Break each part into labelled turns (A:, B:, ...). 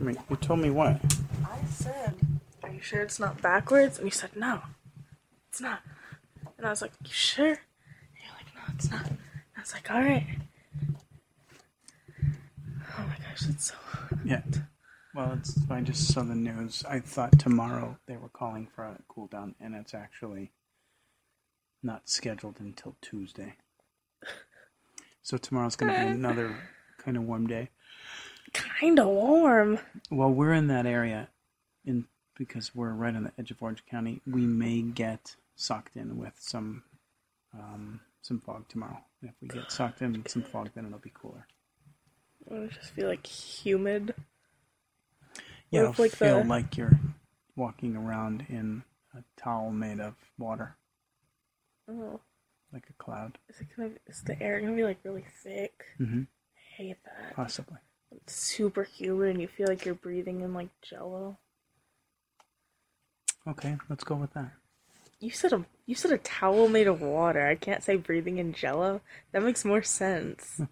A: I mean, you told me what?
B: I said, Are you sure it's not backwards? And you said, No, it's not. And I was like, You sure? And you're like, No, it's not. And I was like, Alright. Oh my gosh, that's so
A: Yeah. Well, it's, I just saw the news. I thought tomorrow they were calling for a cool down, and it's actually not scheduled until Tuesday. So tomorrow's going to be another kind of warm day.
B: kinda warm.
A: While we're in that area, in because we're right on the edge of Orange County, we may get socked in with some um, some fog tomorrow. And If we get socked in with some fog, then it'll be cooler.
B: It would just be like humid.
A: Yeah,
B: Or
A: it'll
B: if, like,
A: feel
B: the-
A: like you're walking around in a towel made of water,
B: Oh,
A: like a cloud.
B: is it gonna? Is the air gonna be like really thick?
A: hmm
B: I hate that.
A: Possibly.
B: It's super humid, and you feel like you're breathing in like jello.
A: Okay, let's go with that.
B: You said a you said a towel made of water. I can't say breathing in jello. That makes more sense.
A: Hmm.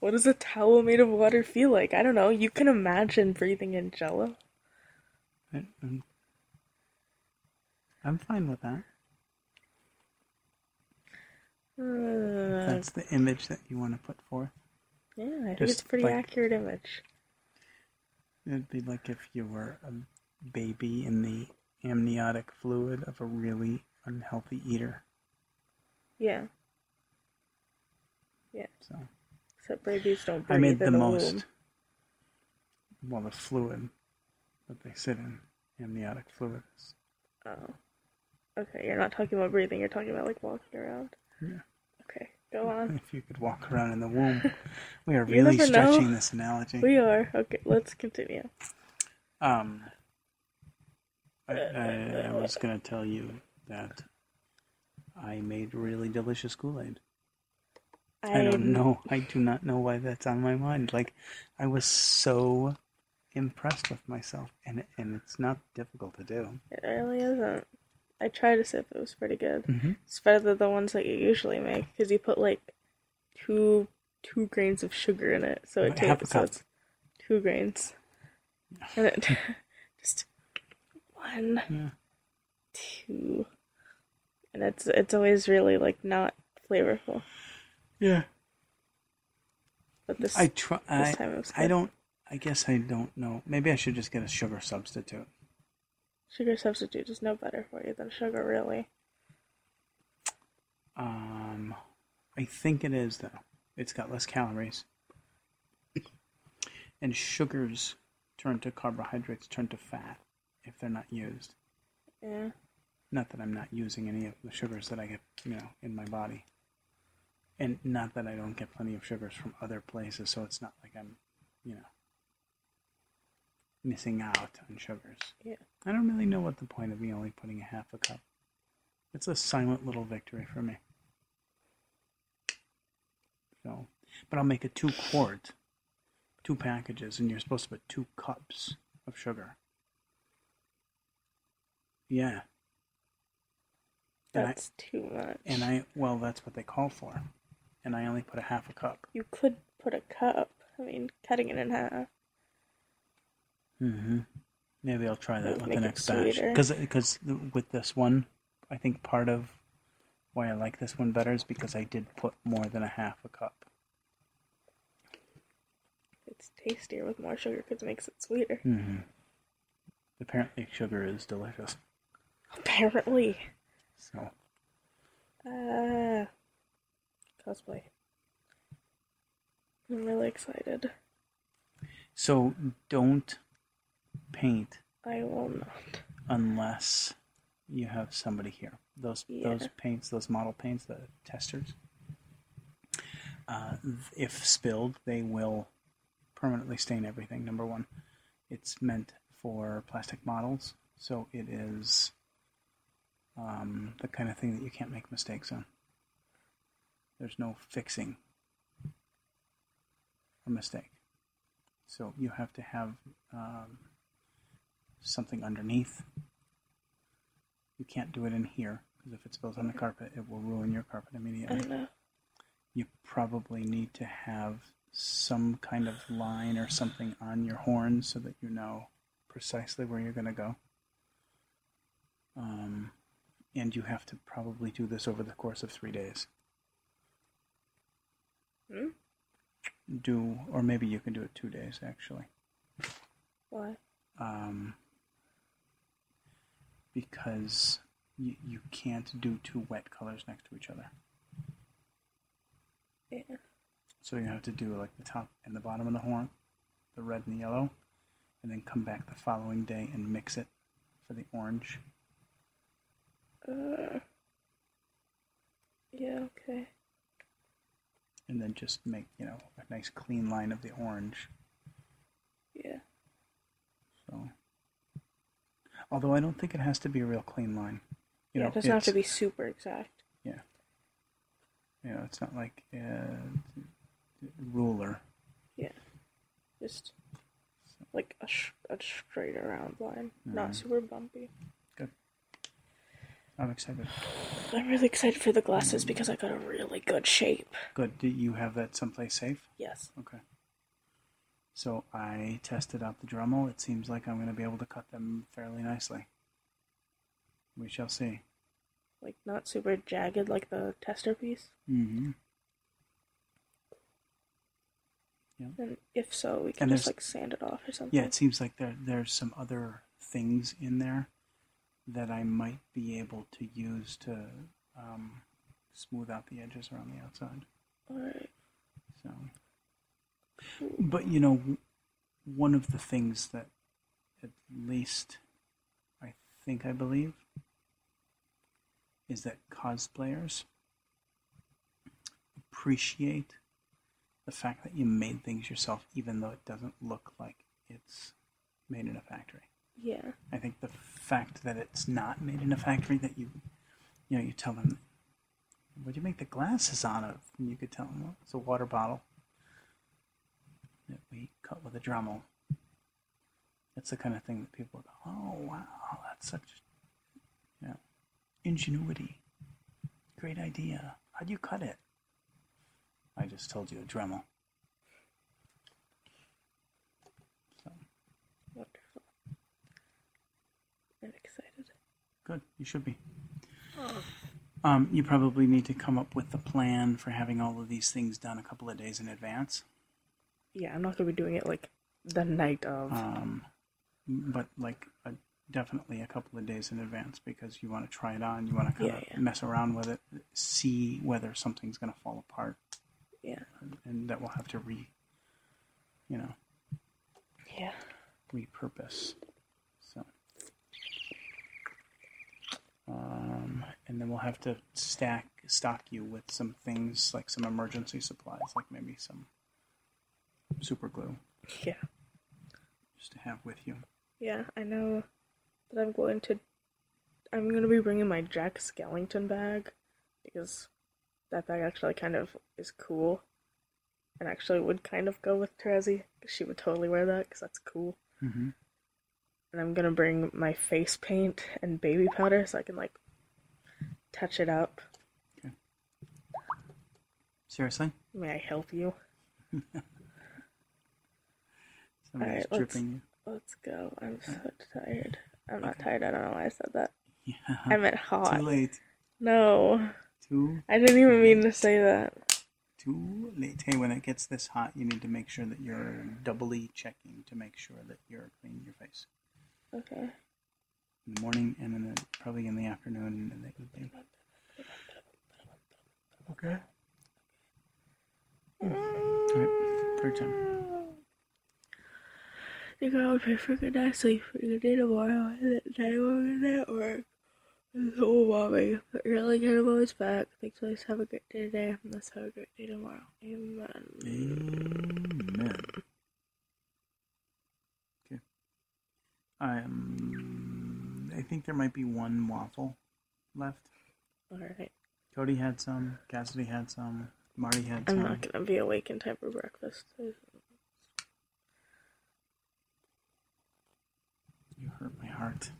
B: what does a towel made of water feel like? I don't know. You can imagine breathing in jello.
A: I, I'm, um, I'm fine with that. If
B: Uh,
A: That's the image that you want to put forth.
B: yeah, I think
A: Just
B: it's a pretty
A: like-
B: accurate image.
A: It'd be like if you were a baby in the amniotic fluid of a really unhealthy eater.
B: Yeah,
A: So
B: except babies don't breathe.
A: I made the
B: in the
A: most.
B: womb.
A: Well, the fluid that they sit in, amniotic fluid. is-
B: Oh. Okay, you're not talking about breathing, you're talking about like walking around.
A: Yeah.
B: Okay, go on.
A: If you could walk around in the womb, we are
B: You
A: really
B: never know.
A: stretching this analogy.
B: We are. Okay, let's continue.
A: Um, I, I, I was gonna tell you that I made really delicious Kool Aid. I don't
B: I'm-
A: know. I do not know why that's on my mind. Like, I was so impressed with myself, and and it's not difficult to do.
B: It really isn't. I tried a sip, it was pretty good.
A: Mm-hmm.
B: It's better than the ones that you usually make because you put like two two grains of sugar in it, so it
A: Like half a
B: takes so
A: cup.
B: it's two grains. And it just one,
A: Yeah.
B: two, and it's it's always really like not flavorful.
A: Yeah.
B: But this
A: I try.
B: this
A: I,
B: time it was
A: I
B: good.
A: don't. I guess I don't know. Maybe I should just get a sugar substitute.
B: Sugar substitute is no better for you than sugar, really.
A: Um, I think it is though. It's got less calories. And sugars turn to carbohydrates, turn to fat if they're not used.
B: Yeah.
A: Not that I'm not using any of the sugars that I get, you know, in my body. And not that I don't get plenty of sugars from other places, so it's not like I'm, you know, missing out on sugars.
B: Yeah.
A: I don't really know what the point of me only putting a half a cup. It's a silent little victory for me. So, but I'll make a two quart, two packages, and you're supposed to put two cups of sugar. Yeah. And I,
B: That's too much.
A: and I, well, that's what they call for. And I only put a half a cup.
B: You could put a cup. I mean, cutting it in half.
A: Mm-hmm. Maybe I'll try that with
B: Make
A: the
B: it
A: next batch.
B: sweeter.
A: Because because with this one, I think part of why I like this one better is because I did put more than a half a cup.
B: It's tastier with more sugar because it makes it sweeter.
A: Mm-hmm. Apparently, sugar is delicious.
B: Apparently.
A: So
B: Uh, cosplay. I'm really excited.
A: so don't paint
B: I will not.
A: unless you have somebody here. Those
B: Yeah.
A: those paints, those model paints, the testers. Uh, if spilled, they will permanently stain everything. Number one, it's meant for plastic models, so it is um, the kind of thing that you can't make mistakes on. There's no fixing a mistake, so you have to have um, something underneath. You can't do it in here because if it spills on the carpet, it will ruin your carpet
B: I
A: immediately.
B: know.
A: You probably need to have some kind of line or something on your horn so that you know precisely where you're going to go. Um, and you have to probably do this over the course of three days.
B: Hmm?
A: Do, or maybe you can do it two days actually.
B: Why?
A: um, because you, you can't do two wet colors next to each other.
B: Yeah.
A: So you have to do like the top and the bottom of the horn, the red and the yellow, and then come back the following day and mix it for the orange.
B: Uh, yeah, okay.
A: And then just make, you know, a nice clean line of the orange.
B: Yeah.
A: So, although I don't think it has to be a real clean line. You
B: yeah,
A: know,
B: it doesn't have to
A: it's-
B: be super exact.
A: You know, it's not like a ruler.
B: Just like a, sh- a straight around line.
A: Mhm.
B: Not super bumpy.
A: I'm excited.
B: I'm really excited for the glasses because I got a really good shape.
A: Good. Do you have that someplace safe?
B: Yes.
A: Okay. So I tested out the Dremel. It seems like I'm going to be able to cut them fairly nicely. We shall see.
B: Like, not super jagged like the tester piece.
A: Mm-hmm.
B: And if so, we
A: And
B: can just
A: there's-
B: like sand it off or something.
A: Yeah, it seems like there there's some other things in there that I might be able to use to um, smooth out the edges around the outside.
B: Alright.
A: So, but you know, one of the things that, at least, I think I believe, is that cosplayers appreciate the fact that you made things yourself, even though it doesn't look like it's made in a factory.
B: Yeah.
A: I think the fact that it's not made in a factory that you, you know, you tell them, what do you make the glasses out of? And you could tell them, well, it's a water bottle that we cut with a Dremel. That's the kind of thing that people go, oh, wow, that's such, you know, ingenuity. Great idea. How'd you cut it? I just told you a Dremel. So.
B: Wonderful. I'm excited.
A: Good. You should be. Um, you probably need to come up with a plan for having all of these things done a couple of days in advance.
B: Yeah, I'm not gonna be doing it like the night of.
A: Um, but like a, definitely a couple of days in advance because you want to try it on. You want to kind
B: Yeah,
A: of
B: yeah.
A: mess around with it, see whether something's going to fall apart,
B: yeah.
A: and, and that we'll have to re, you know,
B: Yeah.
A: repurpose. So, um, and then we'll have to stack stock you with some things like some emergency supplies, like maybe some super glue,
B: Yeah.
A: just to have with you.
B: Yeah, I know that I'm going to. I'm going to be bringing my Jack Skellington bag because that bag actually kind of is cool and actually would kind of go with Terezi. 'cause She would totally wear that because that's cool.
A: Mm-hmm.
B: And I'm going to bring my face paint and baby powder so I can like touch it up.
A: Seriously,
B: May I help you?
A: somebody's
B: All right, let's-
A: dripping
B: Let's go. I'm so tired. I'm not tired. I don't know why I said that.
A: you.
B: I
A: Yeah,
B: meant
A: too
B: hot.
A: late.
B: No,
A: Too
B: I didn't even mean to say that.
A: too late. Hey, when it gets this hot, you need to make sure that you're doubly checking to make sure that you're cleaning your face
B: Okay.
A: in the morning and then probably in the afternoon and in the evening. Okay. Alright, third time.
B: You can always pay for a good night's sleep for your day tomorrow, and then today we're gonna at work. It's overwhelming. But you're only gonna blow his back. Thanks, guys. Have a great day today, and let's have a great day tomorrow. Amen.
A: Amen. Okay. Um, I think there might be one waffle left.
B: Alright.
A: Cody had some. Cassidy had some. Marty had
B: I'm
A: some.
B: not gonna be awake in time for breakfast.
A: You hurt my heart.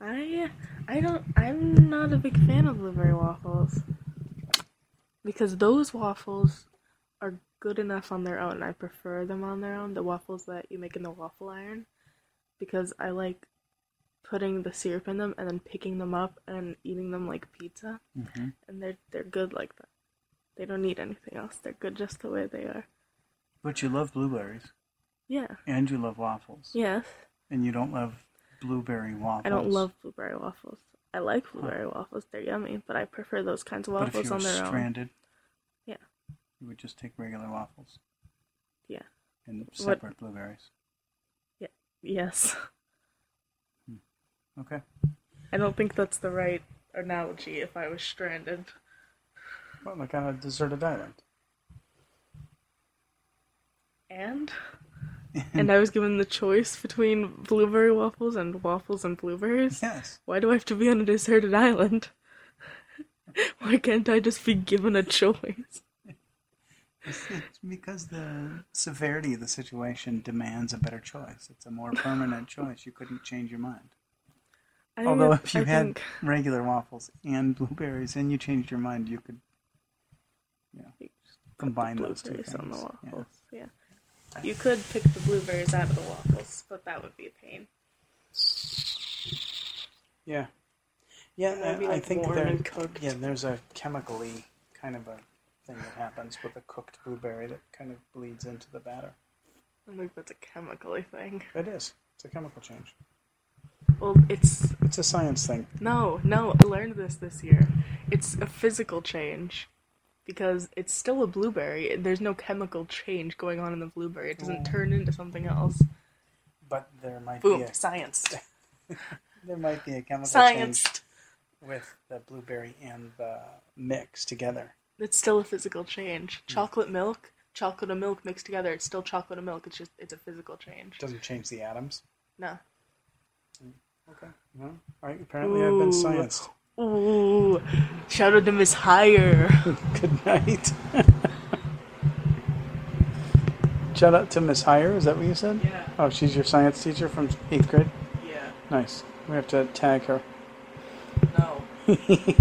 B: I I don't I'm not a big fan of blueberry waffles. because those waffles are good enough on their own. I prefer them on their own, the waffles that you make in the waffle iron, because I like putting the syrup in them and then picking them up and eating them like pizza,
A: hmm
B: and they're they're good like that. They don't need anything else. They're good just the way they are.
A: But you love blueberries
B: Yeah.
A: and you love waffles.
B: Yes.
A: And you don't love blueberry waffles.
B: I don't love blueberry waffles. I like blueberry waffles. They're yummy, but I prefer those kinds of
A: but if
B: waffles
A: you were
B: on their own.
A: stranded,
B: Yeah.
A: you would just take regular waffles.
B: Yeah.
A: And separate blueberries.
B: Yes.
A: Okay.
B: I don't think that's the right analogy if I was stranded.
A: Well, like on a deserted island.
B: And? and I was given the choice between blueberry waffles and waffles and blueberries.
A: Yes.
B: Why do I have to be on a deserted island? Why can't I just be given a choice?
A: It's because the severity of the situation demands a better choice. It's a more permanent choice. You couldn't change your mind.
B: I think
A: Although
B: that-
A: if you
B: I
A: had
B: think-
A: regular waffles and blueberries and you changed your mind, you could you know,
B: You just
A: combine
B: the
A: those two
B: blueberries
A: things.
B: on the
A: Yeah.
B: waffles. Yeah. You could pick the blueberries out of the waffles, but that would be a pain.
A: Yeah. Yeah,
B: That would be,
A: I, I
B: like,
A: think
B: warm
A: there,
B: and cooked.
A: yeah, there's a chemically kind of a thing that happens with a cooked blueberry that kind of bleeds into the batter.
B: I think that's a chemically thing.
A: It is. It's a chemical change.
B: Well, it's
A: It's a science thing.
B: No, no, I learned this this year. It's a physical change because it's still a blueberry. There's no chemical change going on in the blueberry. It doesn't turn into something else.
A: But there might
B: Boom,
A: be a,
B: science.
A: there might be a chemical
B: Science.
A: change with the blueberry and the mix together.
B: It's still a physical change. Chocolate milk, chocolate and milk mixed together, it's still chocolate and milk. It's just it's a physical change.
A: Doesn't change the atoms.
B: No.
A: Okay. No. All right. Apparently, I've been
B: Ooh.
A: science.
B: Ooh. Shout out to Miss Higher.
A: Good night. Shout out to Miss Hire. Is that what you said?
B: Yeah.
A: Oh, she's your science teacher from eighth grade.
B: Yeah.
A: Nice. We have to tag her.
B: No.